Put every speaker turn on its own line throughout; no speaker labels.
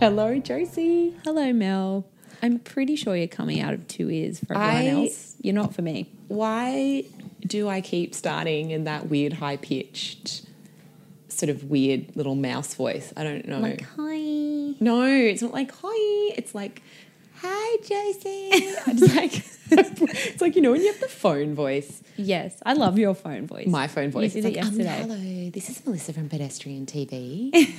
Hello, Josie.
Hello, Mel. I'm pretty sure you're coming out of two ears for everyone
I-
else. You're not for me.
Why do I keep starting in that weird, high pitched, sort of weird little mouse voice? I don't know.
Like, hi.
no, it's not like hi. It's like hi, Josie. I just like it's like you know when you have the phone voice.
Yes, I love your phone voice.
My phone voice.
You
It's
did it
like, um,
yesterday.
hello, this is Melissa from Pedestrian TV.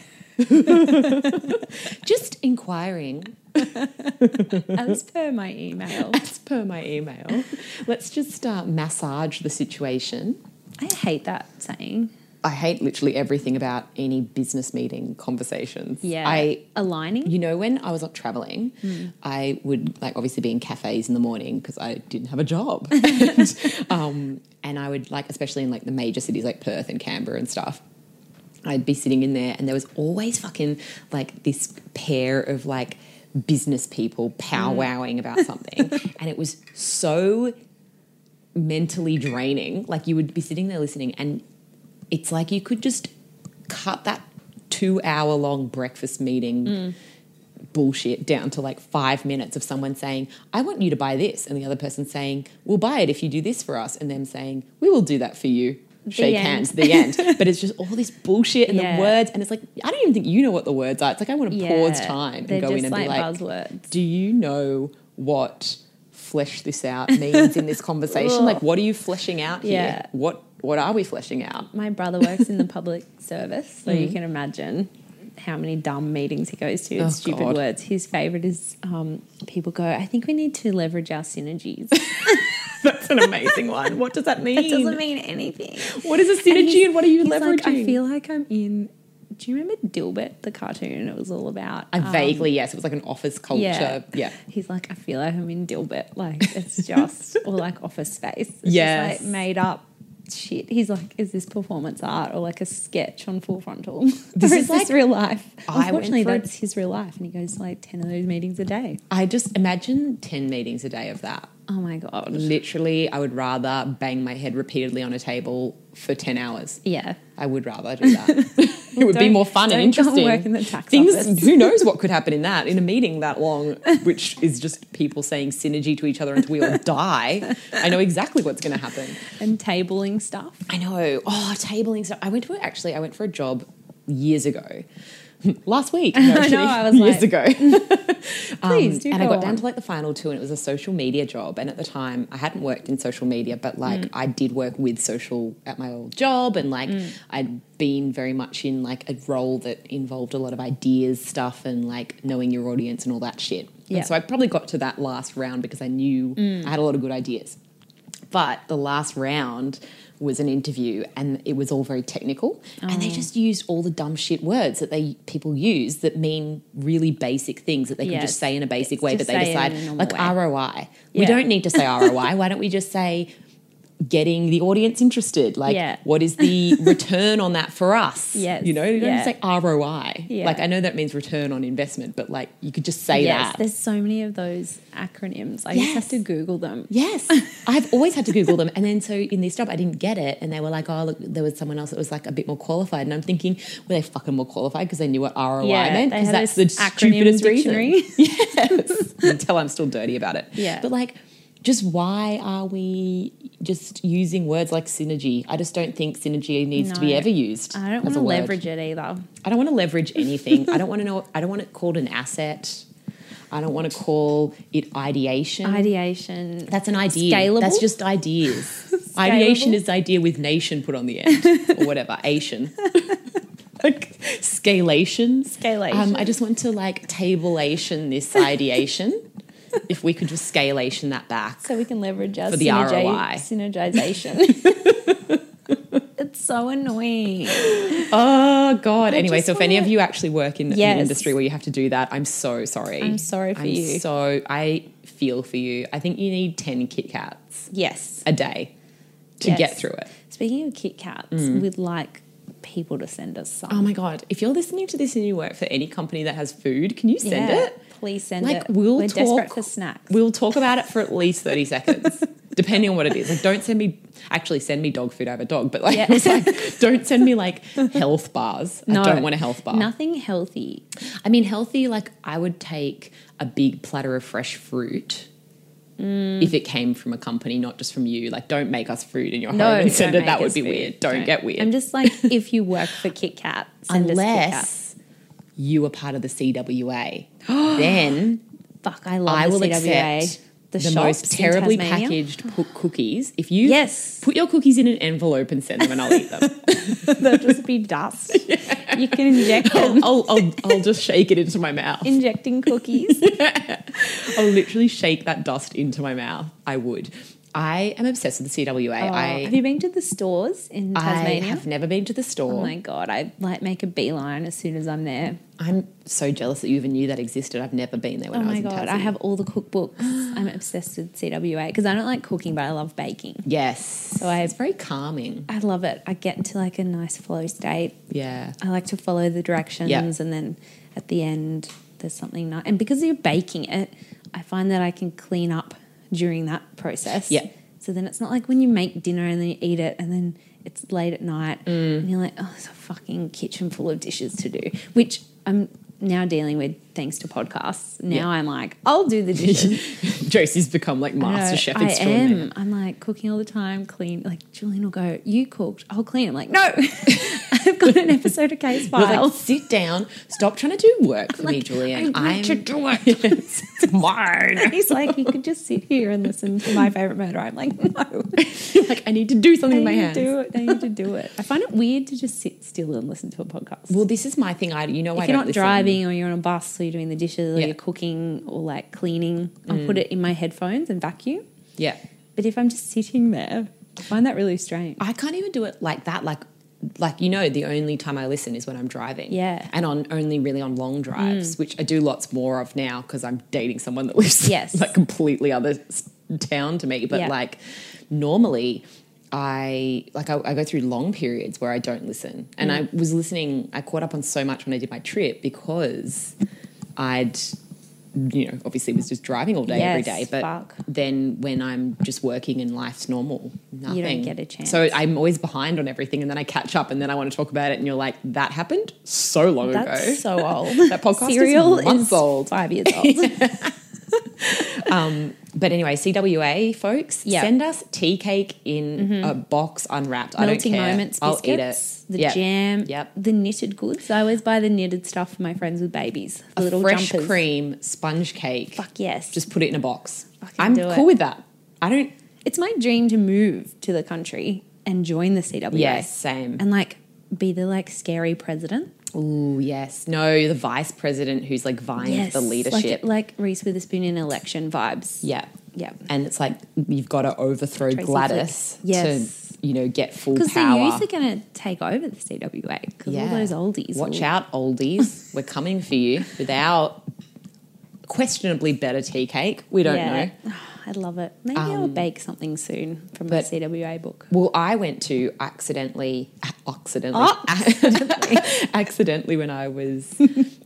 Just inquiring.
As per my email.
As per my email, let's just uh, massage the situation.
I hate that saying.
I hate literally everything about any business meeting conversations.
Yeah.
I
Aligning?
you know when I was not traveling, I would like obviously be in cafes in the morning because I didn't have a job. and, um, and I would like especially in like the major cities like Perth and Canberra and stuff. I'd be sitting in there and there was always fucking like this pair of like business people powwowing about something and it was so mentally draining. Like you would be sitting there listening, and it's like you could just cut that two hour long breakfast meeting
Mm.
bullshit down to like five minutes of someone saying, I want you to buy this. And the other person saying, We'll buy it if you do this for us. And them saying, We will do that for you. Shake
end.
hands, the end. But it's just all this bullshit and
Yeah.
the words. And it's like, I don't even think you know what the words are. It's like, I want to pause
Yeah,
time
they're
and go
just
in and
like
be like,
buzzwords.
do you know what flesh this out means in this conversation? like, what are you fleshing out here?
Yeah.
What What are we fleshing out?
My brother works in the public service, so you can imagine how many dumb meetings he goes to and
Mm. Oh,
stupid
God.
words. His favorite is um, people go, I think we need to leverage our synergies.
That's an amazing one. What does that mean?
it doesn't mean anything.
what is a synergy and,
he's-
what are you
he's
leveraging?
Like, I feel like I'm in. Do you remember Dilbert, the cartoon? It was all about.
I
um,
vaguely, yes. It was like an office culture. Yeah.
He's like, I feel like I'm in Dilbert. Like, it's just, or like office space. It's
Yes.
Just like made up shit. He's like, is this performance art or like a sketch on full frontal?
This
or
is
is this
like-
real life?
I went
Unfortunately,
for a-
that's his real life. And he goes to like 10 of those meetings a day.
I just imagine 10 meetings a day of that.
Oh my God.
Literally, I would rather bang my head repeatedly on a table for 10 hours.
Yeah.
I would rather do that. it would be
Don't-
more fun and
don't go and
interesting.
work in the tax
Things,
office.
who knows what could happen in that in a meeting that long, which is just people saying synergy to each other until we all die. I know exactly what's going to happen.
And tabling stuff.
I know. Oh, tabling stuff. I went to a, actually. I went for a job years ago. Last week, no,
I know, I was
years
like-
ago. Um,
Please do
and I
go
got down
on.
to like the final two, and it was a social media job. And at the time, I hadn't worked in social media, but like
Mm.
I did work with social at my old job, and like I'd been very much in like a role that involved a lot of ideas stuff and like knowing your audience and all that shit.
Yeah. Mm.
And so I probably got to that last round because I knew I had a lot of good ideas. But the last round was an interview and it was all very technical and
Oh.
they just used all the dumb shit words that they people use that mean really basic things that they can just
Yes.
say in a basic way but
Just
they
say it in a
decide
normal
like
way.
ROI. We
Yeah.
don't need to say ROI. Why don't we just say getting the audience interested? Like
Yeah.
what is the return on that for us?
Yes.
You know, you don't
Yeah.
say ROI.
Yeah.
Like I know that means return on investment, but like you could just say
Yes,
that.
there's so many of those acronyms. I just
Yes.
have to Google them.
Yes, I've always had to Google them, and then so in this job I didn't get it, and they were like, "Oh, look, there was someone else that was like a bit more qualified," and I'm thinking, were they fucking more qualified because they knew what ROI
Yeah,
meant?
they
Because
had
that's the
this
stupidest
acronym
reason.
dictionary.
Yes, until I'm still dirty about it.
Yeah.
but like. Just why are we just using words like synergy? I just don't think synergy needs to be
No.
ever used.
I don't
as
want
a
to
word.
leverage it either.
I don't want to leverage anything. I don't want to know. I don't want it called an asset. I don't want to call it ideation.
Ideation.
That's an idea.
Scalable?
That's just ideas. Ideation is idea with nation put on the end or whatever. Ation. like scalation.
Scalation.
Um, I just want to like tableation this ideation. if we could just scalation that back.
so we can leverage our
For the
synergi-
ROI.
synergization. it's so annoying.
Oh God. anyway,
just
so if any
wanna-
of you actually work in
Yes.
an industry where you have to do that, I'm so sorry.
I'm sorry for
I'm
you.
So I feel for you. I think you need ten Kit Kats
Yes.
a day to
Yes.
get through it.
Speaking of Kit Kats,
Mm.
we'd like people to send us some.
Oh my god! If you're listening to this and you work for any company that has food, can you send
Yeah,
it?
Please send
Like
it.
we'll
We're
talk.
desperate for snacks.
We'll talk about it for at least thirty seconds, depending on what it is. Like, don't send me Actually, send me dog food. I have a dog, but like,
Yeah.
I was like, don't send me like health bars.
No.
I don't want a health bar.
Nothing healthy.
I mean, healthy, like I would take a big platter of fresh fruit if it came from a company, not just from you. Like, don't make us fruit in your home and send
don't
it. That
make
would
us
be
food.
weird. Don't, get weird.
I'm just like, if you work for Kit Kat, send us
Unless you are part of the CWA, then
Kit Kat. Fuck, I love
I
the
will
CWA.
accept
the
the,
shops
most terribly
in Tasmania.
packaged po- cookies. If you
Yes.
put your cookies in an envelope and send them, and I'll eat them.
They'll just be dust. You can inject them.
I'll, I'll, I'll just shake it into my mouth.
Injecting cookies.
I'll literally shake that dust into my mouth. I would. I am obsessed with the CWA.
Oh, have
I
you been to the stores in
I
Tasmania?
have never been to the store.
Oh my god, I like make a beeline as soon as I'm there.
I'm so jealous that you even knew that existed. I've never been there when
Oh
I was
my
in
god,
Tassie.
I have all the cookbooks. I'm obsessed with CWA because I don't like cooking, but I love baking.
Yes.
So I-
it's very calming.
I love it. I get into like a nice flow state.
Yeah.
I like to follow the directions, and then at the end, there's something nice. And because you're baking it, I find that I can clean up during that process.
Yeah.
So then it's not like when you make dinner and then you eat it and then it's late at night
Mm.
and you're like, oh, it's a fucking kitchen full of dishes to do, which I'm now dealing with thanks to podcasts. Now
Yeah.
I'm like, I'll do the dishes.
Josie's become like master
No,
chef
I
extraordinaire.
am. I'm like cooking all the time, clean. Like Julian will go, you cooked, I'll clean. I'm like, no, I've got an episode of Case
I was
File.
like, sit down. Stop trying to do work for me, Julian.
I need to do it.
Yes, it's mine.
He's like, you could just sit here and listen to my favorite murder. I'm like, no,
like I need to do
I
something with my
need to
hands.
do it. I need to do it. I find it weird to just sit still and listen to a podcast.
Well, this is my thing. I you know I
if you're
don't
not
listen.
driving or you're on a bus or you're doing the dishes or
Yeah. Mm.
you're cooking or like cleaning, I'll put it in my headphones and vacuum.
Yeah.
But if I'm just sitting there, I find that really strange.
I can't even do it like that. Like, like you know, the only time I listen is when I'm driving.
Yeah. Mm.
and on only really on long drives, which I do lots more of now because I'm dating someone that lives
Yes.
like completely other s- town to me. But
Yeah.
like, normally. I like I, I go through long periods where I don't listen, and
Mm.
I was listening. I caught up on so much when I did my trip because I'd, you know, obviously was just driving all day every
Yes,
day. But
fuck.
then when I'm just working and life's normal,
You don't
nothing.
get a chance.
So I'm always behind on everything, and then I catch up, and then I want to talk about it, and you're like, "That happened so long ago."
That's so old.
That podcast is
Serial is,
months old.
five years old.
But anyway, CWA folks,
Yeah. Mm-hmm.
send us tea cake in a box unwrapped. I don't
Melting
care.
moments,
I'll
biscuits,
eat it.
the
Yep.
jam,
Yep.
the knitted goods. I always buy the knitted stuff for my friends with babies. The little
fresh
jumpers.
cream sponge cake.
Fuck yes.
Just put it in a box.
Fucking
I'm
do
cool
it.
with that. I don't.
it's my dream to move to the country and join the CWA.
Yes, same.
And like be the like scary president.
Oh yes, no. The vice president who's like vying for the
Like-
leadership.
Like, Reese Witherspoon in election vibes.
Yeah.
Yeah.
And it's like you've got to overthrow
Tracy
Gladys
Flick. Yes.
to, you know, get full
Because the
power.
youth are going to take over the CWA because all
Yeah.
those oldies.
Watch
will-
out, oldies. We're coming for you with our questionably better tea cake. We don't know. Um,
I love it. Maybe I'll bake something soon from the
but-
CWA book.
Well, I went to accidentally, accidentally,
Oh.
accidentally, accidentally when I was,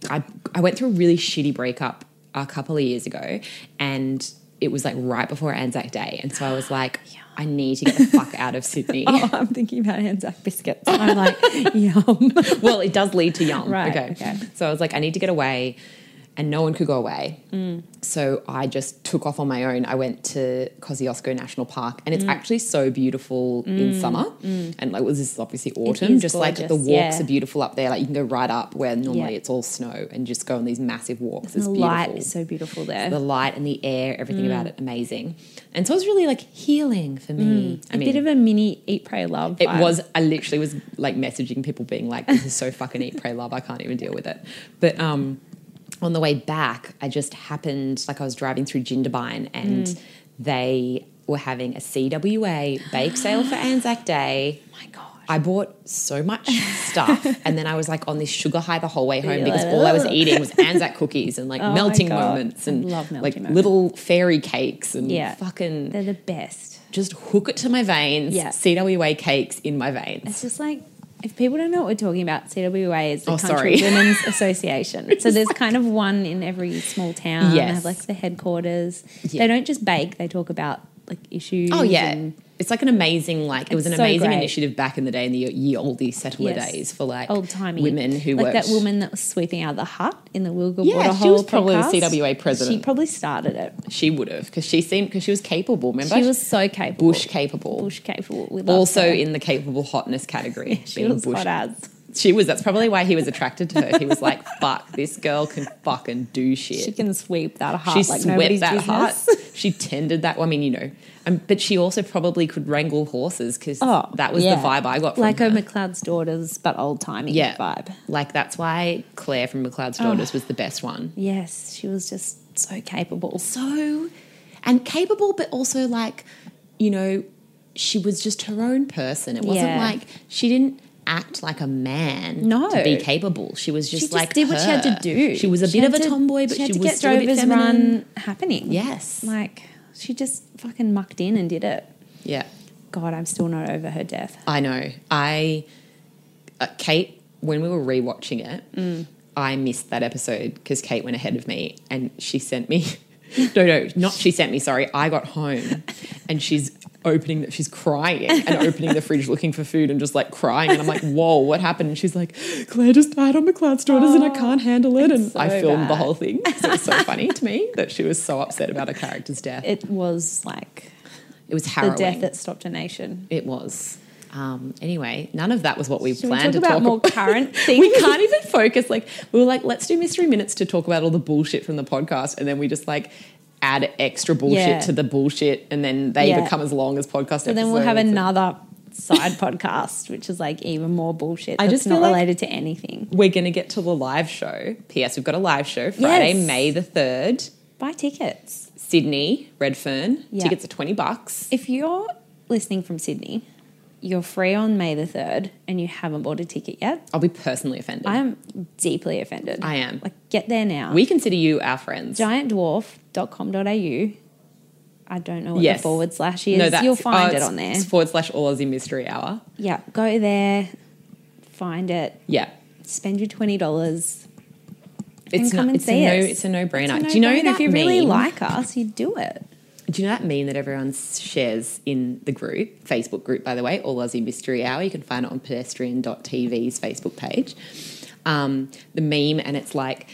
I, I went through a really shitty breakup a couple of years ago, and it was like right before Anzac Day, and so I was like, I need to get the fuck out of Sydney.
Oh, I'm thinking about Anzac biscuits. I'm like, yum.
well, it does lead to yum.
Right,
Okay.
okay.
So I was like, I need to get away, and no one could go away.
Mm.
So I just took off on my own. I went to Kosciuszko National Park, and it's
Mm.
actually so beautiful in summer. And like, well, this is obviously autumn.
is
Just like the
gorgeous,
walks
yeah.
are beautiful up there. Like you can go right up where normally
Yeah.
it's all snow, and just go on these massive walks. It's
the Mm.
beautiful
light is so beautiful there.
the light and the air, everything about it, amazing. And so it was really like healing for me. I
Mm. a
mean,
bit of a mini eat, pray, love.
it
vibe.
was. I literally was like messaging people, being like, "This is so fucking eat, pray, love. I can't even deal with it." But um, on the way back, I just happened like I was driving through Jindabyne, and
Mm.
they were having a CWA bake sale for Anzac Day.
Oh my god.
I bought so much stuff, and then I was like on this sugar high the whole way home because all I was eating was Anzac cookies and like
Oh my
melting
God.
moments and
I love melting
like
moments.
little fairy cakes and
Yeah.
fucking
They're the best.
just hook it to my veins.
Yeah.
CWA cakes in my veins.
It's just like if people don't know what we're talking about, CWA is the
Oh,
Country
sorry.
Women's Association. So there's kind of one in every small town. They
Yes.
have like the headquarters.
Yeah.
They don't just bake; they talk about like issues.
Oh yeah,
and
it's like an amazing like it was an
It's so
amazing
great.
initiative back in the day in the ye oldie settler
Yes.
days for like
Old timey
women who
like
worked
that woman that was sweeping out the hut in the Wilga
Yeah,
Waterhole.
she was probably the
podcast.
CWA president.
She probably started it.
she would have because she seemed because she was capable remember
She was so capable.
bush capable
Bush capable. We loved
also
her.
in the capable hotness category
she
being
was
bush
hot as.
she was that's probably why he was attracted to her he was like fuck this girl can fucking do shit
She can sweep that hut
she
like
swept
nobody's
that
business.
heart. She tended that. Well, I mean, you know, um, but she also probably could wrangle horses because
Oh,
that was
yeah.
the vibe I got from
Like
her.
her McLeod's daughters, but old timey
yeah
vibe.
Like that's why Claire from McLeod's Daughters was the best one.
Yes, she was just so capable.
So, and capable, but also like, you know, she was just her own person. It wasn't
Yeah.
like she didn't act like a man
No.
to be capable. She was just
She just
like
did what she had
her.
to do.
She was a
She
bit
had
of a
to-
tomboy, but she,
she had to
was
get
still a bit
Drover's
feminine.
run happening.
Yes.
like she just fucking mucked in and did it.
Yeah.
God, I'm still not over her death.
I know. I, uh, Kate, when we were rewatching it,
Mm.
I missed that episode because Kate went ahead of me and she sent me. no, no, not she sent me. Sorry, I got home and she's opening that she's crying and opening the fridge looking for food and just like crying and I'm like, whoa, what happened? And she's like, Claire just died on McLeod's daughters and I can't handle it. And I
Oh, so
filmed the
bad.
whole thing. So it was so funny to me that she was so upset about her character's death. It,
It was like
was harrowing.
the death that stopped a nation.
It was. Um, anyway, none of that was what we
Should we
planned
talk about
to talk
more
about.
current things?
we can't even focus. Like we were like, let's do mystery minutes to talk about all the bullshit from the podcast, and then we just like add extra bullshit
Yeah.
to the bullshit, and then they
Yeah.
become as long as podcast.
So then we'll have
episodes.
another side podcast, which is like even more bullshit.
I
That's
just
not
feel like-
related to anything.
We're gonna get to the live show. P.S. We've got a live show Friday,
Yes.
May the third,
Buy tickets
Sydney, Redfern.
Yeah.
Tickets are twenty bucks.
if you're listening from Sydney. You're free on May the third, and you haven't bought a ticket yet.
I'll be personally offended.
I'm deeply offended.
I am.
Like, get there now.
we consider you our friends.
Giantdwarf.com.au. I don't know what
Yes.
the forward slash is. You'll
oh,
find it
it's-
on there.
it's forward slash All Aussie Mystery Hour.
Yeah, go there, find it,
Yeah.
spend your twenty dollars.
It's
come
not,
and
it's
see
a
us.
no, it's a no-brainer.
It's a
do you know
no-brainer.
that
if you really
meme?
like us, you do it.
Do you know that meme that everyone shares in the group, Facebook group, by the way, All Aussie Mystery Hour? You can find it on pedestrian.tv's Facebook page. Um, the meme, and it's like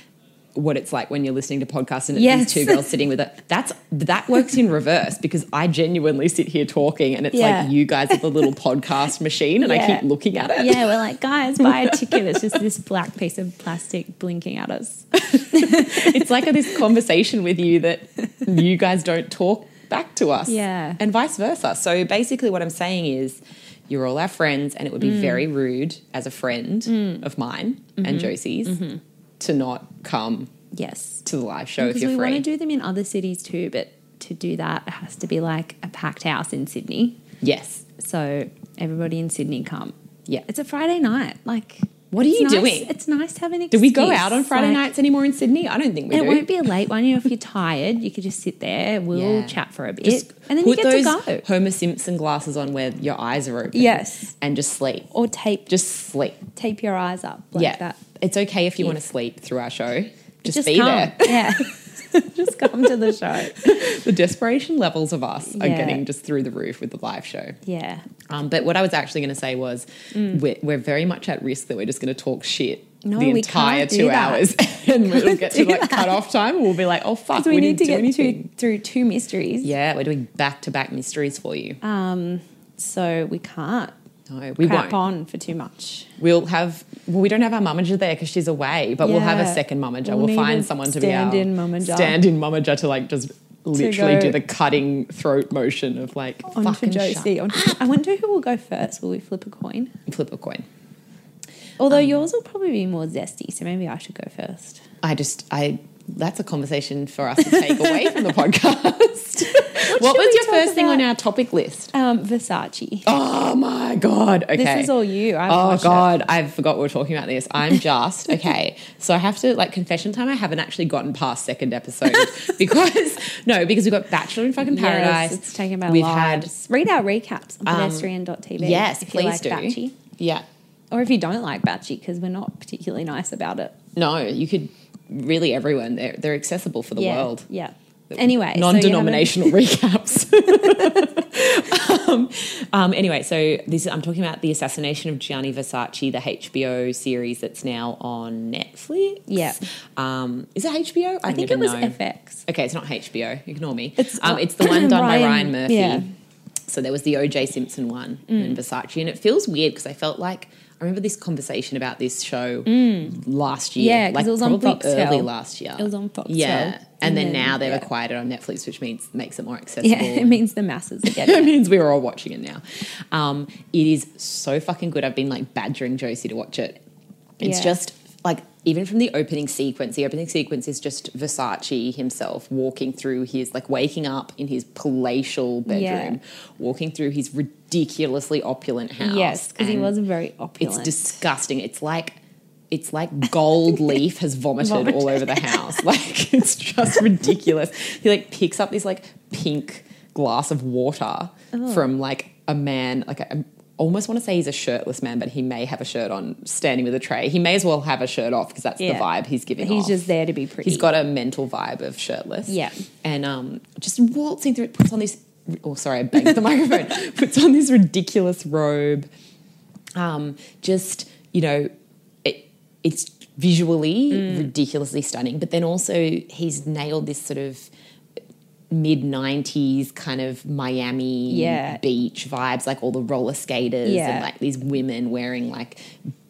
what it's like when you're listening to podcasts and it's
Yes.
these two girls sitting with it. That's that works in reverse because I genuinely sit here talking and it's
Yeah.
like you guys are the little podcast machine and I
Yeah.
keep looking at it.
Yeah, we're like, guys, buy a ticket. It's just this black piece of plastic blinking at us.
it's like this conversation with you that you guys don't talk back to us.
Yeah.
And vice versa. So basically, what I'm saying is, you're all our friends, and it would be
Mm.
very rude as a friend of mine
Mm-hmm.
and Josie's to not come
Yes.
to the live show Oh, if
Because
you're
we
free.
want to do them in other cities too, but to do that it has to be like a packed house in Sydney.
yes.
So everybody in Sydney come.
Yeah.
It's a Friday night. Like,
What are
it's
you
nice-
doing?
It's nice to have an
Do
excuse.
we go out on Friday
Like,
nights anymore in Sydney? I don't think we
and
do.
It won't be a late one. You know, if you're tired, you could just sit there. We'll
Yeah.
chat for a bit,
Just
and then you
put
get
those
to go.
Homer Simpson glasses on where your eyes are open.
Yes.
And just sleep.
Or tape, just
Just sleep.
tape your eyes up like
yeah.
that.
It's okay if you
Yeah.
want to sleep through our show. Just, be
come.
there.
Yeah. just come to the show.
the desperation levels of us are
Yeah.
getting just through the roof with the live show.
Yeah.
Um, but what I was actually going to say was we're, we're very much at risk that we're just going to talk shit
No,
the
we
entire
can't do
two
that.
hours and we'll get to
do
like cut off time and we'll be like, oh fuck,
So
we,
we, need
didn't
to
do
get
anything.
through, through two mysteries.
Yeah, we're doing back to back mysteries for you.
Um. So we can't
no, we
crap
won't.
on for too much.
We'll have, well, we don't have our mummager there because she's away, but we'll have a
Yeah.
second mummager.
We'll
We'll,
need
find
a
someone to be our
stand-in mummager.
stand in mummager to like just literally
go-
do the cutting throat motion of like,
On for
fucking shut
Josie. On to, I wonder who will go first. Will we flip a coin?
flip a coin.
Although
Um,
yours will probably be more zesty, so maybe I should go first.
I just I that's a conversation for us to take away from the podcast. what
should
was
we
your
talk
first thing on
about?
our topic list?
Um, Versace.
Oh my god. Okay.
This is all you. I've
Oh
watched
god, I forgot we were talking about this. I'm just okay. So I have to like confession time. I haven't actually gotten past second episode because no, because we got Bachelor in fucking
It.
Paradise.
Yes, it's taken about
We've
lives. Read our recaps on pedestrian.tv.
had yes,
if
please
you like
do.
Batchy.
Yeah,
Or if you don't like Batchy, because we're not particularly nice about it.
no, you could really everyone. They're they're accessible for the
yeah.
world.
Yeah. Anyway. so you haven't-
non-denominational recaps. Um, anyway, so this I'm talking about the assassination of Gianni Versace, the HBO series that's now on Netflix.
Yeah.
Um, is it HBO?
I think it was
never know.
FX.
Okay, it's not HBO. Ignore me.
It's
It's, um,
not-
it's the one done by
Ryan-
Ryan Murphy.
yeah. Mm.
So there was the OJ Simpson one and Versace, and it feels weird because I felt like I remember this conversation about this show last year.
Mm. Yeah, 'cause
like
it was on
probably
Foxtel.
early last year.
It was on Foxtel.
Yeah,
And
and, then,
then-
now they've
yeah.
acquired it on Netflix, which means makes it more accessible.
Yeah, it means the masses are getting
it
it.
means we're all watching it now. Um, it is so fucking good. I've been like badgering Josie to watch it. It's
Yeah.
just like even from the opening sequence, the opening sequence is just Versace himself walking through his like waking up in his palatial bedroom,
Yeah.
walking through his ridiculously opulent house.
Yes, because he
and
was very
It's
opulent.
disgusting. It's like it's like gold leaf has vomited, all over the house. Like it's just ridiculous. He like picks up this like pink glass of water
Oh.
from like a man like I almost want to say he's a shirtless man, but he may have a shirt on standing with a tray. He may as well have a shirt off because that's
Yeah.
the vibe he's giving
He's
off.
just there to be pretty.
He's got a mental vibe of shirtless.
Yeah.
And um, just waltzing through it, puts on this. Oh, sorry, I banged the microphone. Puts on this ridiculous robe. Um, just you know, it it's visually
Mm.
ridiculously stunning, but then also he's nailed this sort of mid '90s kind of Miami
Yeah.
beach vibes, like all the roller skaters
Yeah.
and like these women wearing like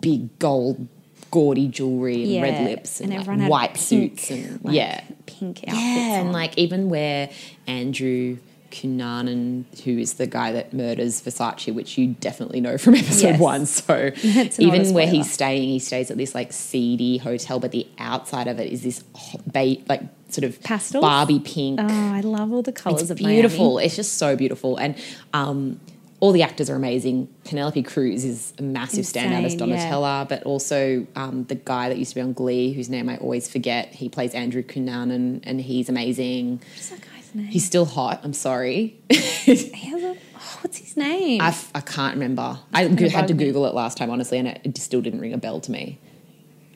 big gold. Gaudy jewelry and red
Yeah,
lips and, like,
everyone had
white
pink,
suits and
like,
yeah,
pink outfits.
yeah, and
on.
like even where Andrew Cunanan, who is the guy that murders Versace, which you definitely know from episode
Yes.
one. So
That's not a
even
spoiler.
where he's staying, he stays at this like seedy hotel, but the outside of it is this ho- ba- like sort of
Pastels?
Barbie pink.
oh, I love all the colors
It's
of
beautiful.
Miami.
It's just so beautiful, and um, all the actors are amazing. Penelope Cruz is a massive standout as
Insane, yeah.
Donatella, but also um, the guy that used to be on Glee, whose name I always forget. He plays Andrew Cunanan, and he's amazing.
What's that guy's name?
He's still hot. I'm sorry,
he has a, oh, what's his name?
I, f- I can't remember. I
gonna
go- had to
bug me.
Google it last time, honestly, and it, it still didn't ring a bell to me.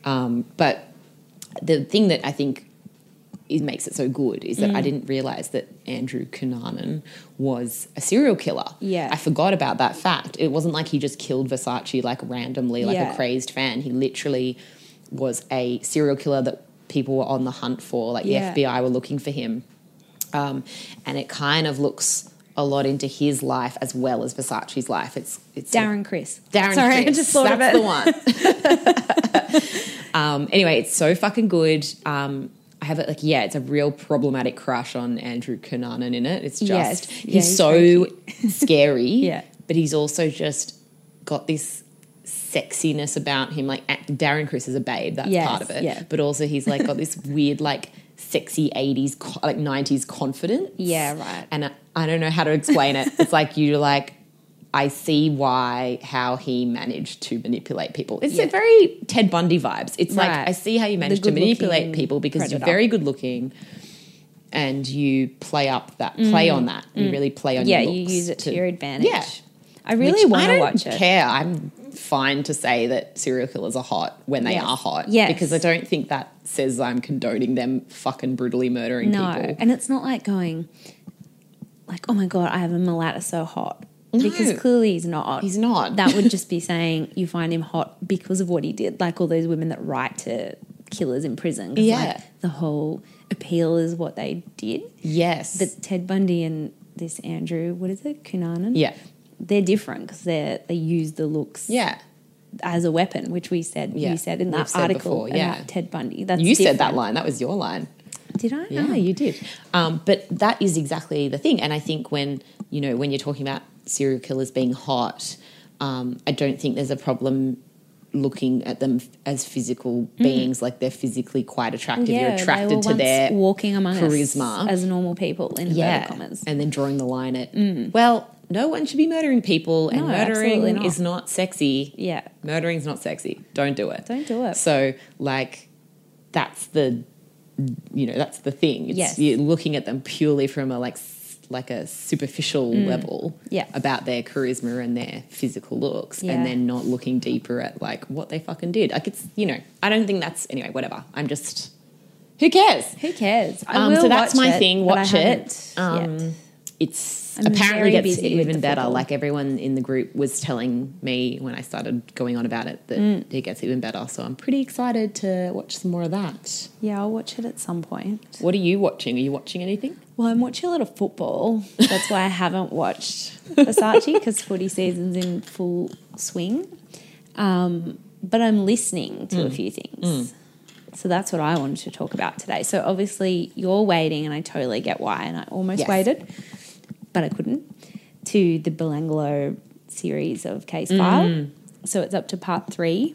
Um, but the thing that I think is, makes it so good
Mm.
is that I didn't realize that Andrew Cunanan was a serial killer.
Yeah.
I forgot about that fact. It wasn't like he just killed Versace like randomly, like
Yeah.
a crazed fan. He literally was a serial killer that people were on the hunt for, like
Yeah.
the FBI were looking for him. Um, and it kind of looks a lot into his life as well as Versace's life. It's it's
Darren Chris.
Darren.
Sorry, I
Criss.
just thought
That's
of it.
the one. um, anyway, it's so fucking good. Um, I have it like yeah, it's a real problematic crush on Andrew Cunanan in it. It's just
Yes.
he's,
Yeah, he's
so scary,
Yeah.
but he's also just got this sexiness about him. Like a- Darren Chris is a babe, that's
Yes,
part of it.
yeah.
But also he's like got this weird like sexy 80s co- like 90s confidence
Yeah, right.
and I, I don't know how to explain it. It's like you like I see why how he managed to manipulate people. It's
Yeah.
a very Ted Bundy vibes. It's
Right.
like I see how you manage to
good-looking
manipulate people because
predator.
you're very good looking and you play up that play on that. You really play on
Mm. Yeah,
your
you
looks
use it to, your advantage.
Yeah.
I really
Which I
want to
don't
watch it.
Care, I'm fine to say that serial killers are hot when they
Yes.
are hot.
Yes.
because I don't think that says I'm condoning them fucking brutally murdering
No,
people.
and it's not like going, like, oh my god, I have a mulatto so hot.
No.
Because clearly he's not.
He's not.
That would just be saying you find him hot because of what he did, like all those women that write to killers in prison. 'Cause,
Yeah.
like, the whole appeal is what they did.
yes,
But Ted Bundy and this Andrew, what is it, Cunanan?
yeah,
they're different because they they use the looks
yeah.
as a weapon, which we said
Yeah,
you said in
we've
that
said
article
before, yeah.
about Ted Bundy. That's
you said that
different.
line. That was your line.
Did I?
Yeah,
Oh.
you did. Um, but that is exactly the thing. And I think when you know when you're talking about serial killers being hot, um, I don't think there's a problem looking at them f- as physical beings. Like they're physically quite attractive.
Mm. Yeah,
you're
they
attracted
were
to
once
their
walking among
charisma.
us as normal people in yeah. commas. Mm.
and then drawing the line at well, no one should be murdering people, and
No, absolutely
murdering
not.
is not sexy.
Yeah,
Murdering's not sexy. Don't do it.
Don't do it.
So like that's the you know, that's the thing. It's
Yes.
you're looking at them purely from a like s- like a superficial level
Mm. Yeah.
about their charisma and their physical looks
Yeah.
and then not looking deeper at like what they fucking did. Like it's you know, I don't think that's anyway, whatever. I'm just who cares?
who cares? I
Um,
will
so that's
watch
my
it,
thing.
but I
Watch it.
haven't yet.
Um, it's
I'm very
apparently gets
busy with
even
the
better.
football.
Like everyone in the group was telling me when I started going on about it that
Mm.
it gets even better. So I'm pretty excited to watch some more of that.
Yeah, I'll watch it at some point.
What are you watching? Are you watching anything?
Well, I'm watching a lot of football. That's why I haven't watched Versace because footy season's in full swing. Um, but I'm listening to a few things. So that's what I wanted to talk about today. So obviously, you're waiting, and I totally get why. And I almost
Yes.
waited, but I couldn't, to the Belanglo series of Case File. So it's up to part three.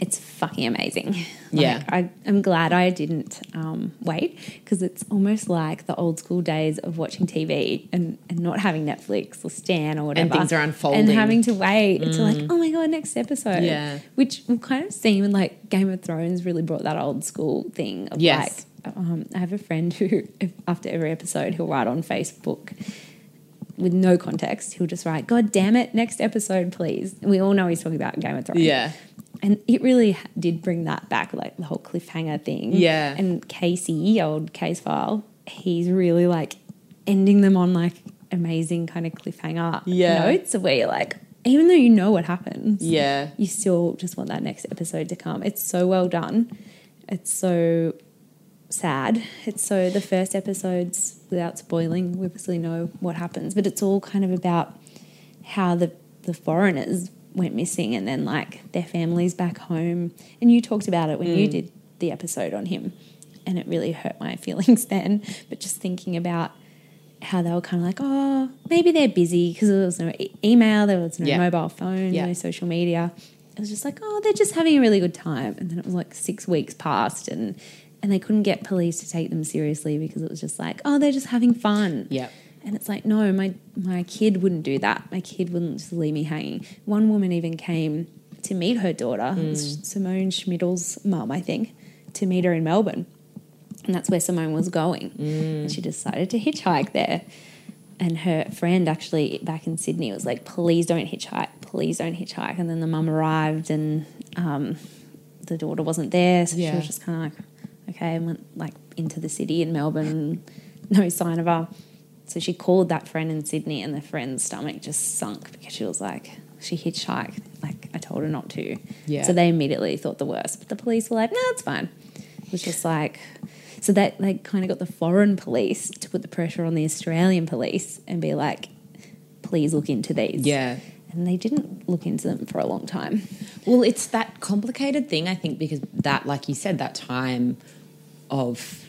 It's fucking amazing. Like,
Yeah.
I, I'm glad I didn't um, wait because it's almost like the old school days of watching TV and, and not having Netflix or Stan or whatever.
And things are
And
unfolding. Mm.
having to wait. It's like, oh my God, next episode.
Yeah.
Which will kind of seem like Game of Thrones really brought that old school thing of
Yes.
like, um, I have a friend who, if- after every episode, he'll write on Facebook with no context. He'll just write, God damn it, next episode, please. And we all know he's talking about Game of Thrones.
Yeah.
And it really ha- did bring that back, like the whole cliffhanger thing.
Yeah.
And Casey, old case file, he's really like ending them on like amazing kind of cliffhanger
Yeah.
notes where you're like, even though you know what happens,
Yeah.
you still just want that next episode to come. It's so well done. It's so sad. It's so the first episodes, without spoiling, we obviously know what happens, but it's all kind of about how the, the foreigners went missing and then like their families back home. And you talked about it when
Mm.
you did the episode on him, and it really hurt my feelings then. But just thinking about how they were kind of like, oh, maybe they're busy because there was no e- email, there was no
Yeah.
mobile phone,
Yeah.
no social media. It was just like, oh, they're just having a really good time. And then it was like six weeks passed and and they couldn't get police to take them seriously because it was just like, oh, they're just having fun.
Yep.
And it's like, no, my my kid wouldn't do that. My kid wouldn't just leave me hanging. One woman even came to meet her daughter, it was Simone Schmidl's mum, I think, to meet her in Melbourne. And that's where Simone was going. And she decided to hitchhike there. And her friend actually back in Sydney was like, please don't hitchhike, please don't hitchhike. And then the mum arrived and um, the daughter wasn't there. So she
Yeah.
was just kind of like, okay, and went like into the city in Melbourne, no sign of her. So she called that friend in Sydney and the friend's stomach just sunk because she was like, she hitchhiked. Like, I told her not to.
Yeah.
So they immediately thought the worst. But the police were like, no, it's fine. It was just like, so that they kind of got the foreign police to put the pressure on the Australian police and be like, please look into these.
Yeah.
And they didn't look into them for a long time.
Well, it's that complicated thing, I think, because that, like you said, that time of,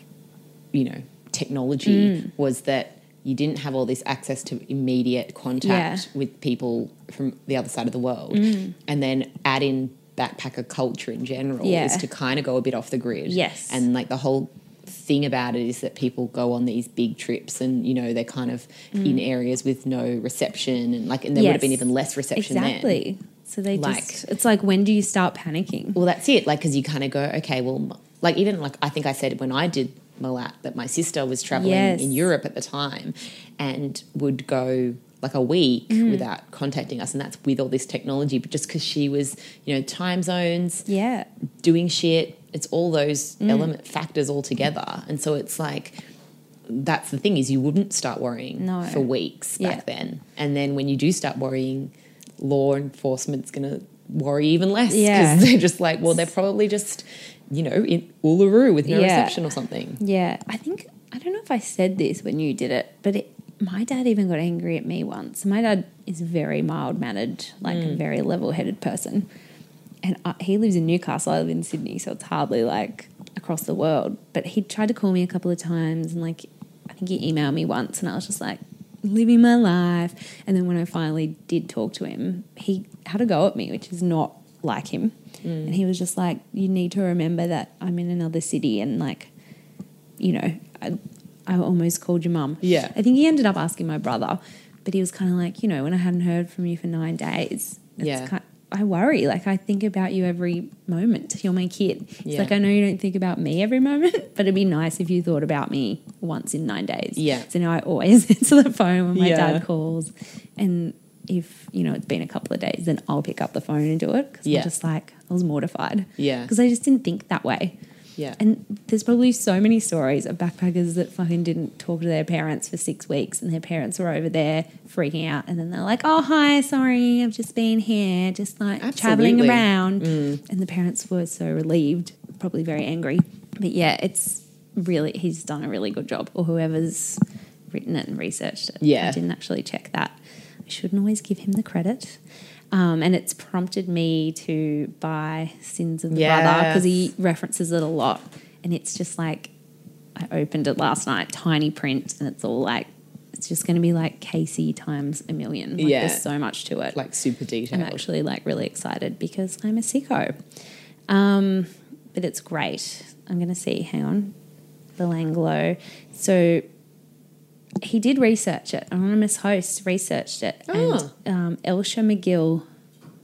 you know, technology
Mm.
was that you didn't have all this access to immediate contact with people from the other side of the world.
Mm.
And then add in backpacker culture in general
Yeah.
is to kind of go a bit off the grid.
Yes.
And like the whole thing about it is that people go on these big trips and you know they're kind of in areas with no reception and like and there would have been
Mm. Yes.
even less reception then.
Exactly. So they
Like-
just, it's like, when do you start panicking?
well that's it like because you kind of go okay well m- like even like i think i said when i did malat that my sister was traveling
Yes.
in europe at the time and would go like a week without contacting us and that's with all this technology but just because she was you know time zones
Yeah.
doing shit. It's all those
Mm.
element factors all together. And so it's like that's the thing is you wouldn't start worrying
No.
for weeks
Yeah.
back then. And then when you do start worrying, law enforcement's gonna worry even less because
Yeah.
they're just like, well, they're probably just, you know, in Uluru with no
Yeah.
reception or something.
Yeah, I think I don't know if I said this when you did it, but it, my dad even got angry at me once. My dad is very mild mannered, like a very level headed person, and I, he lives in Newcastle. I live in Sydney, so it's hardly like across the world. But he tried to call me a couple of times, and like I think he emailed me once, and I was just like living my life. And then when I finally did talk to him, he had a go at me, which is not like him.
Mm.
And he was just like, "You need to remember that I'm in another city, and like." you know, I, I almost called your mum.
Yeah.
I think he ended up asking my brother, but he was kind of like, you know, when I hadn't heard from you for nine days, it's
Yeah.
Kind I worry. Like, I think about you every moment. You're my kid. It's
Yeah.
like, I know you don't think about me every moment, but it'd be nice if you thought about me once in nine days.
Yeah.
So now I always answer the phone when my
Yeah.
dad calls. And if, you know, it's been a couple of days, then I'll pick up the phone and do it because
Yeah.
I'm just like, I was mortified.
Yeah.
Because I just didn't think that way.
Yeah.
And there's probably so many stories of backpackers that fucking didn't talk to their parents for six weeks and their parents were over there freaking out. And then they're like, oh, hi, sorry, I've just been here, just like traveling
Absolutely. Mm.
around. And the parents were so relieved, probably very angry. But yeah, it's really, he's done a really good job, or whoever's written it and researched it.
Yeah.
I didn't actually check that. I shouldn't always give him the credit. Um, and it's prompted me to buy Sins of the Brother because he references it a lot. And it's just like, I opened it last night, tiny print, and it's all like, it's just going to be like Casey times a million. Like,
Yeah.
There's so much to it.
Like super
I'm
detailed.
actually like really excited because I'm a sicko. Um, but it's great. I'm going to see. Hang on. Bill Anglo. So he did research it. Anonymous Host researched it.
Ah.
And um, Elsha McGill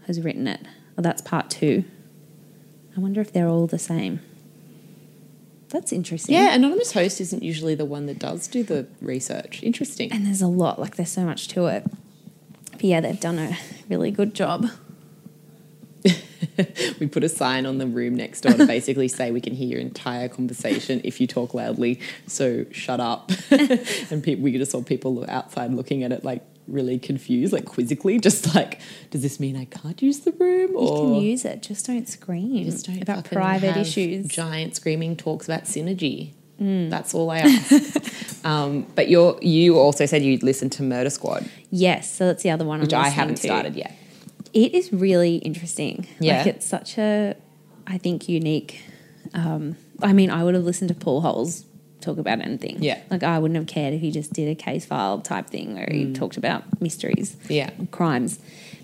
has written it. Well, that's part two. I wonder if they're all the same. That's interesting.
yeah, anonymous host isn't usually the one that does do the research. Interesting.
And there's a lot, like there's so much to it. But yeah, they've done a really good job.
We put a sign on the room next door to basically say we can hear your entire conversation if you talk loudly, so shut up. and pe- we just saw people outside looking at it like really confused, like quizzically, just like, does this mean I can't use the room?
You
Or
can use it, just don't scream
just don't
about
fucking
private
have
issues. Mm.
Giant screaming talks about synergy. That's all I ask. um, but you you also said you listened to Murder Squad,
yes, so that's the other one.
which
I'm
I
listening
haven't
to.
started yet.
It is really interesting.
Yeah.
Like it's such a, I think, unique. Um, I mean, I would have listened to Paul Holes talk about anything.
Yeah.
Like I wouldn't have cared if he just did a case file type thing where
Mm.
he talked about mysteries.
Yeah.
and Crimes.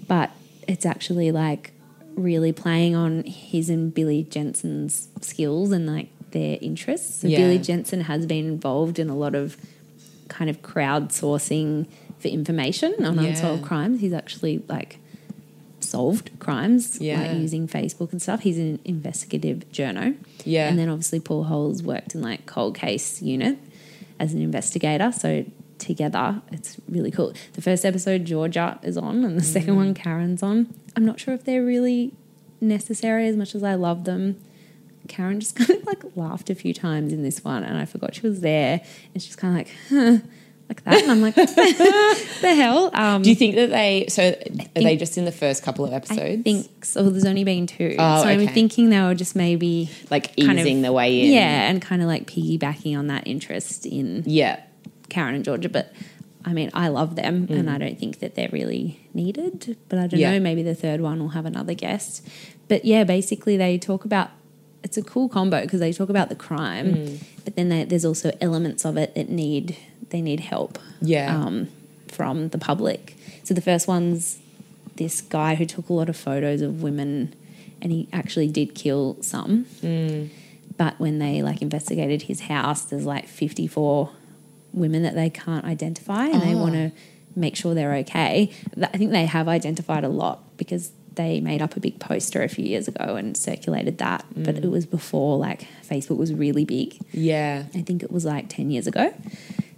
But it's actually like really playing on his and Billy Jensen's skills and like their interests. So
Yeah.
Billy Jensen has been involved in a lot of kind of crowdsourcing for information on
Yeah.
unsolved crimes. He's actually like solved crimes
Yeah.
like using Facebook and stuff. He's an investigative journo.
Yeah.
And then obviously Paul Holes worked in like cold case unit as an investigator. So together it's really cool. The first episode Georgia is on and the second
Mm.
one Karen's on. I'm not sure if they're really necessary as much as I love them. Karen just kind of like laughed a few times in this one, and I forgot she was there. And she's kind of like, huh, like that, and I'm like, the hell? Um,
Do you think that they so are they just in the first couple of episodes?
I think so. There's only been two,
Oh,
so I'm
okay.
thinking they were just maybe
like
kind of-
easing the way in.
yeah, and kind of like piggybacking on that interest in
Yeah.
Karen and Georgia. But I mean, I love them, and I don't think that they're really needed. But I don't
Yeah.
know. Maybe the third one will have another guest. But yeah, basically they talk about. It's a cool combo because they talk about the crime, but then they, there's also elements of it that need they need help
Yeah.
um, from the public. So the first one's this guy who took a lot of photos of women, and he actually did kill some. But when they like investigated his house, there's like 54 women that they can't identify, and they
Ah.
want to make sure they're okay. Th- I think they have identified a lot because they made up a big poster a few years ago and circulated that. But it was before like Facebook was really big.
yeah.
I think it was like 10 years ago.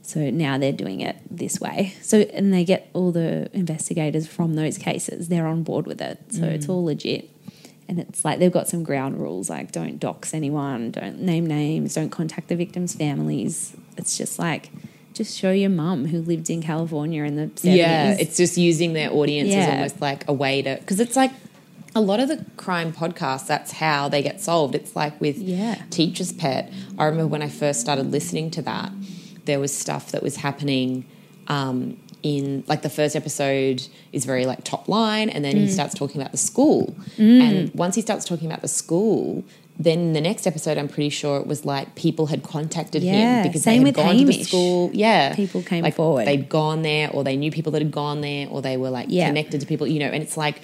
So now they're doing it this way. So, and they get all the investigators from those cases, they're on board with it. So it's
Mm.
all legit. And it's like they've got some ground rules like don't dox anyone, don't name names, don't contact the victims' families. It's just like, just show your mum who lived in California in the 70s.
Yeah, it's just using their audience as
Yeah.
almost like a way to because it's like a lot of the crime podcasts. That's how they get solved. It's like with
Yeah.
Teacher's Pet. I remember when I first started listening to that, there was stuff that was happening. Um, in like the first episode is very like top line and then he
Mm.
starts talking about the school and once he starts talking about the school then in the next episode i'm pretty sure it was like people had contacted
Yeah,
him because
same
they
with
had gone to the
Hamish.
school yeah
People came
Like,
forward.
they they'd gone there or they knew people that had gone there or they were like
Yeah. Mm.
connected to people, you know, and it's like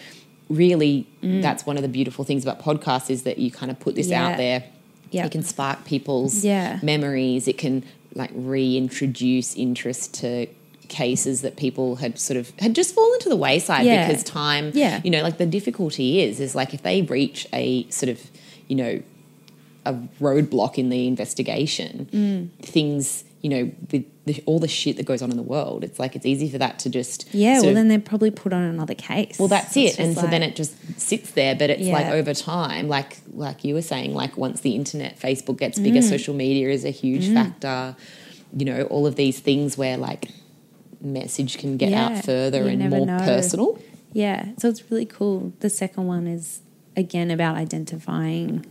really that's one of the beautiful things about podcasts is that you kind of put this
Yeah.
out there.
Yeah.
It can spark people's
Yeah.
memories. It can like reintroduce interest to cases that people had sort of had just fallen to the wayside
Yeah.
because time
Yeah.
you know like the difficulty is is like if they reach a sort of you know a roadblock in the investigation.
Mm.
Things, you know, with the, all the shit that goes on in the world, it's like it's easy for that to just
Yeah,
sort
well,
of-
then they're probably put on another case.
well
It's
that's it,
just
and so
like-
then it just sits there. But it's like
Yeah.
over time, like like you were saying, like once the internet, Facebook gets bigger,
Mm.
social media is a huge factor. You know, all of these things where like message can get
Yeah,
out further
you
and
never
more
know.
personal.
Yeah, so it's really cool. The second one is again about identifying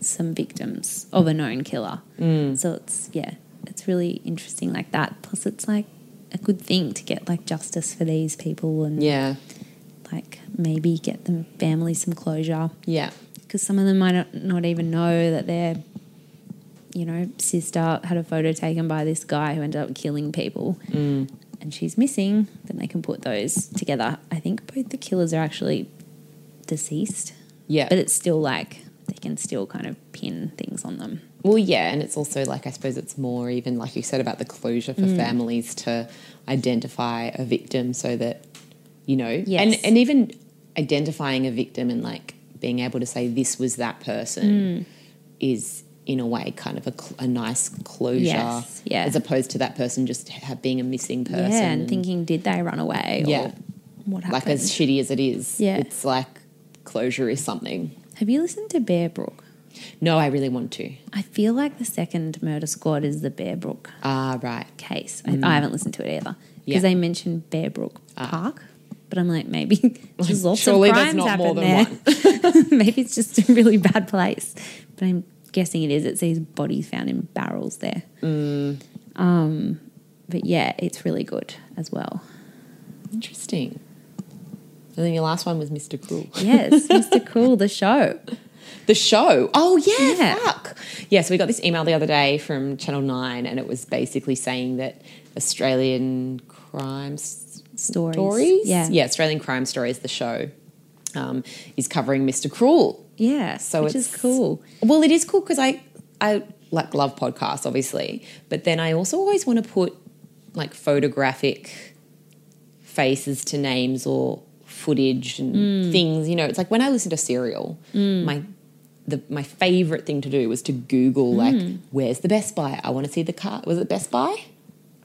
some victims of a known killer. Mm. So it's yeah, it's really interesting like that. Plus, it's like a good thing to get like justice for these people and
Yeah.
like maybe get the family some closure
Yeah.
because some of them might not- not even know that their you know sister had a photo taken by this guy who ended up killing people
Mm.
and she's missing then they can put those together i think both the killers are actually deceased
Yeah.
but it's still like they can still kind of pin things on them
Well, yeah, and it's also like I suppose it's more even like you said about the closure for
Mm.
families to identify a victim so that you know,
Yes.
and and even identifying a victim and like being able to say this was that
Mm.
person is in a way kind of a, cl- a nice closure,
Yes, yeah.
as opposed to that person just ha- being a missing person.
yeah and thinking did they run away
Yeah.
or what happened
like as shitty as it is,
Yeah.
it's like closure is something.
have you listened to bear brook
No, I really want to.
i feel like the second murder squad is the bear brook
Ah, right.
case. I, I haven't listened to it either because
Mm. Yeah. Ah.
they mentioned Bearbrook Park, but I'm like maybe there's lots
Surely
of
there's
crimes
not more
happen there. maybe it's just a really bad place, but I'm guessing it is. It says bodies found in barrels there. Um,
Mm.
but yeah, it's really good as well.
Interesting. And then your last one was Mr. Cruel.
Yes, Mr. Cool, the show.
The show. Oh yeah,
Yeah.
fuck. Yeah, so we got this email the other day from Channel 9 and it was basically saying that Australian crime s-
Stories.
stories.
Yeah.
Yeah, Australian crime stories the show um, is covering Mr. Cruel.
Yeah,
So
so which
it's-
is cool.
Well, it is cool because I I like love podcasts, obviously, but then I also always want to put like photographic faces to names or footage and
Mm.
things. You know, it's like when I listen to Serial, my the my favorite thing to do was to
Mm.
Google like where's the Best Buy? I want to see the car. Was it Best Buy?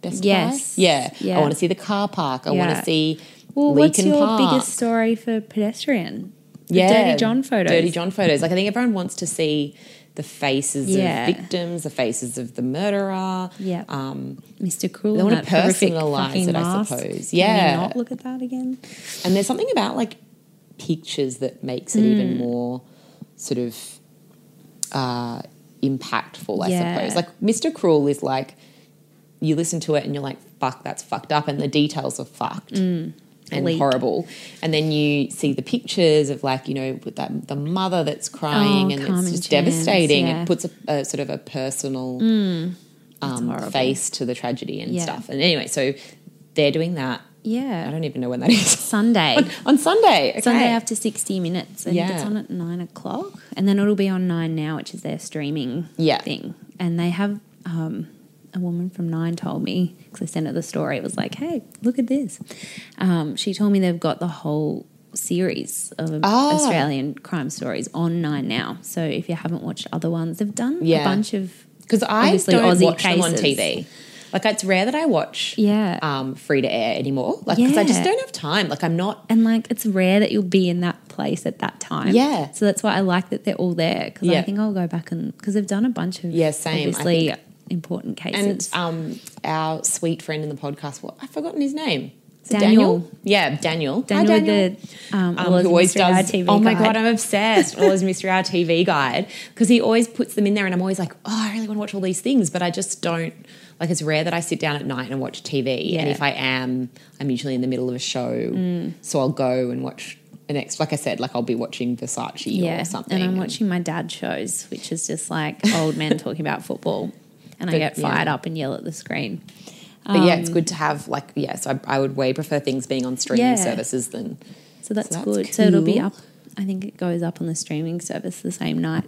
Best
Yes.
Buy. Yeah.
Yeah.
I want to see the car park. I want
Yeah.
to see.
Well, what's
Lincoln
your
Park.
biggest story for pedestrian? The Dirty John photos.
Dirty John photos. Like I think everyone wants to see the faces
Yeah.
of victims, the faces of the murderer.
Yeah.
Um,
Mr. Cruel.
They
and
wanna
that horrific
personalise
fucking
it, I
mask.
suppose.
Can
Yeah.
we not look at that again?
and there's something about like pictures that makes it
Mm.
even more sort of uh, impactful. I
Yeah.
suppose. Like Mr. Cruel is like you listen to it and you're like, "Fuck, that's fucked up," and the details are fucked. And
Mm. Bleak.
horrible, and then you see the pictures of like you know with that the mother that's crying
Oh,
and
Carmen
it's just
Chance,
devastating.
yeah. Mm.
It puts a, a sort of a personal um,
horrible.
face to the tragedy and
Yeah.
stuff. And anyway, so they're doing that. I
Yeah.
don't even know when that is.
Sunday.
on, on Sunday. Okay.
Sunday after 60 minutes. And
Yeah.
it's on at 9 o'clock. And then it'll be on 9 now, which is their streaming
Yeah.
thing. And they have um, a woman from 9 told me, because I sent her the story, it was like, hey, look at this. Um, she told me they've got the whole series of
Ah.
Australian crime stories on 9 now. So if you haven't watched other ones, they've done a
Yeah.
bunch of
Because I
Obviously
don't
Aussie
watch them on
cases.
TV. Like it's rare that I watch
Yeah.
um, free to air anymore. Like because I just
Yeah.
don't have time. Like I'm not.
and like it's rare that you'll be in that place at that time.
Yeah.
So that's why I like that they're all there because I
Yeah.
think I'll go back and because they've done a bunch of
Yeah, same. I
obviously important cases.
And um, our sweet friend in the podcast, what I've forgotten his name. Is it
Daniel.
Yeah, Daniel. Hi,
Daniel, with the um,
Um,
All Is
who always
Mystery Hour
does?
TV
oh my
guide.
god, I'm obsessed! All his mystery hour TV guide because he always puts them in there, and I'm always like, oh, I really want to watch all these things, but I just don't. Like, it's rare that I sit down at night and watch TV, and
Yeah. Mm.
if I am, I'm usually in the middle of a show, so I'll go and watch the next. Like I said, like I'll be watching Versace
yeah,
or something.
and I'm watching my dad shows, which is just like old men talking about football, and I
But,
get fired
yeah.
up and yell at the screen.
But yeah,
um,
it's good to have like yeah. So I, I would way prefer things being on streaming
Yeah.
services than
So that's,
that's
good. So it'll be
cool.
up. I think it goes up on the streaming service the same night.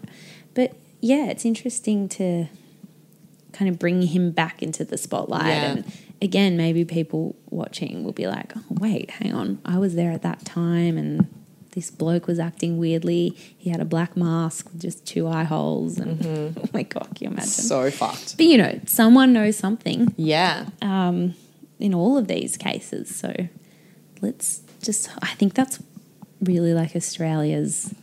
But yeah, it's interesting to kind of bring him back into the spotlight.
Yeah.
And again, maybe people watching will be like, oh, wait, hang on. I was there at that time and this bloke was acting weirdly. He had a black mask with just two eye holes. And oh my God, can you imagine?
so fucked.
but you know, someone knows something
Yeah,
um, in all of these cases. So let's just, I think that's really like Australia's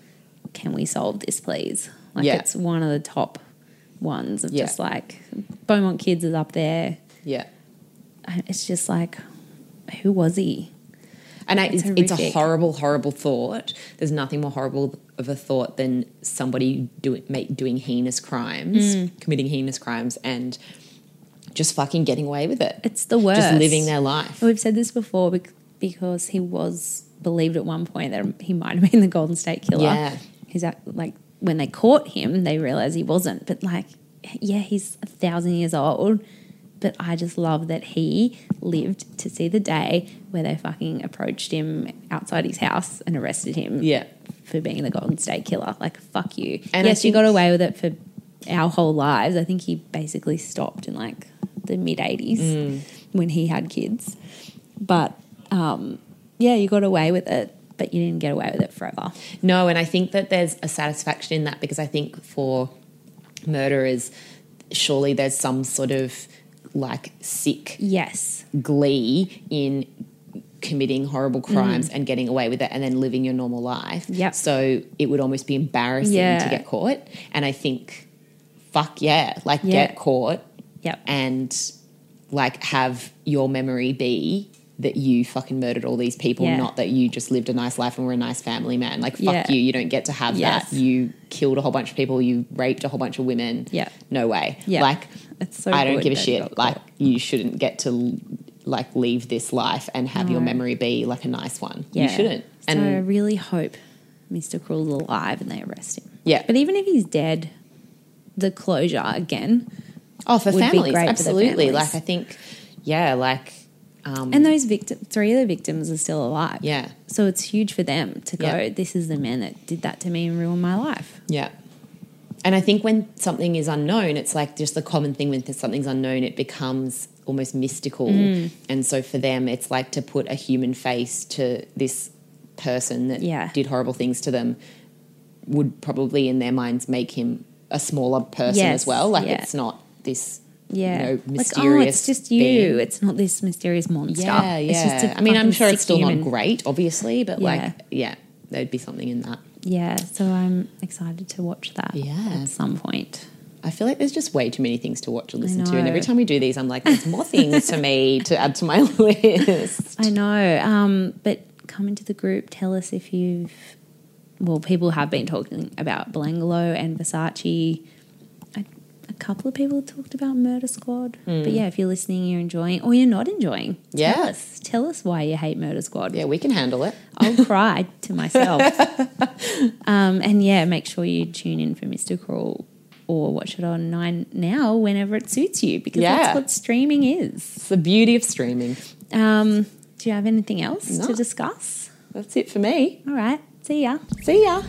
can we solve this, please? Like,
Yeah.
it's one of the top ones of
Yeah.
just like Beaumont Kids is up there.
Yeah.
I- It's just like, who was he?
And I, it's,
That's
it's a
horrific.
horrible, horrible thought. There's nothing more horrible of a thought than somebody doing make, doing heinous crimes,
Mm.
committing heinous crimes, and just fucking getting away with it.
It's the worst.
Just living their life.
We've said this before bec- because he was believed at one point that he might have been the Golden State Killer.
Yeah.
He's act, like, when they caught him, they realized he wasn't. But, like, yeah, he's a thousand years old. But I just love that he lived to see the day where they fucking approached him outside his house and arrested him
Yeah.
for being the Golden State Killer. Like, fuck you.
And I
yes, you
think-
got away with it for our whole lives. I think he basically stopped in like the mid 80s
Mm.
when he had kids. But um, yeah, you got away with it, but you didn't get away with it forever.
No, and I think that there's a satisfaction in that because I think for murderers, surely there's some sort of like sick
Yes.
glee in committing horrible crimes and getting away with it and then living your normal life.
Mm. Yep.
So it would almost be embarrassing
Yeah.
to get caught. And I think, fuck yeah, like
Yeah.
get caught
Yep.
and like have your memory be that you fucking murdered all these people,
Yeah.
not that you just lived a nice life and were a nice family man. Like fuck
Yeah.
you, you don't get to have
Yes.
that. You killed a whole bunch of people, you raped a whole bunch of women.
Yeah.
No way.
Yeah.
Like
It's so
I
good
don't give a
that you
shit.
got
Like you shouldn't get to like leave this life and have your
No.
memory be like a nice one.
Yeah.
You shouldn't.
so I
And
really hope Mr. Cruel's alive and they arrest him.
Yeah.
But even if he's dead, the closure again.
oh, for
would be
families,
great for the
absolutely.
families.
Like I think, yeah, like um,
And those victim, three of the victims are still alive.
yeah,
So it's huge for them to go,
Yeah.
this is the man that did that to me and ruined my life.
yeah. And I think when something is unknown, it's like just the common thing when something's unknown, it becomes almost mystical.
Mm.
And so for them, it's like to put a human face to this person that
Yeah.
did horrible things to them would probably in their minds make him a smaller person
Yes,
as well. Like
yeah.
it's not this
Yeah.
you know,
like, oh,
mysterious.
it's just you.
being.
It's not this mysterious monster.
Yeah, yeah.
It's just a
I mean, I'm
fucking
sure it's
sick
still
human.
not great, obviously, but
Yeah.
like, yeah, there'd be something in that.
Yeah. So I'm excited to watch that
Yeah.
at some point.
I feel like there's just way too many things to watch and listen to.
know.
And every time we do these, I'm like, there's more things for me to add to my list.
I know. Um, but come into the group. Tell us if you've. Well, people have been talking about Belangolo and Versace. A, a couple of people talked about Murder Squad. But yeah, if you're listening, you're enjoying, or you're not enjoying. Tell
Hmm. Yeah.
us. Tell us why you hate Murder Squad.
Yeah, we can handle it.
I'll cry to myself. um, and yeah, make sure you tune in for Mr. Crawl or watch it on Nine Now whenever it suits you because
Yeah.
that's what streaming is.
It's the beauty of streaming.
Um, do you have anything else
No.
to discuss?
That's it for me.
All right. See ya.
See ya.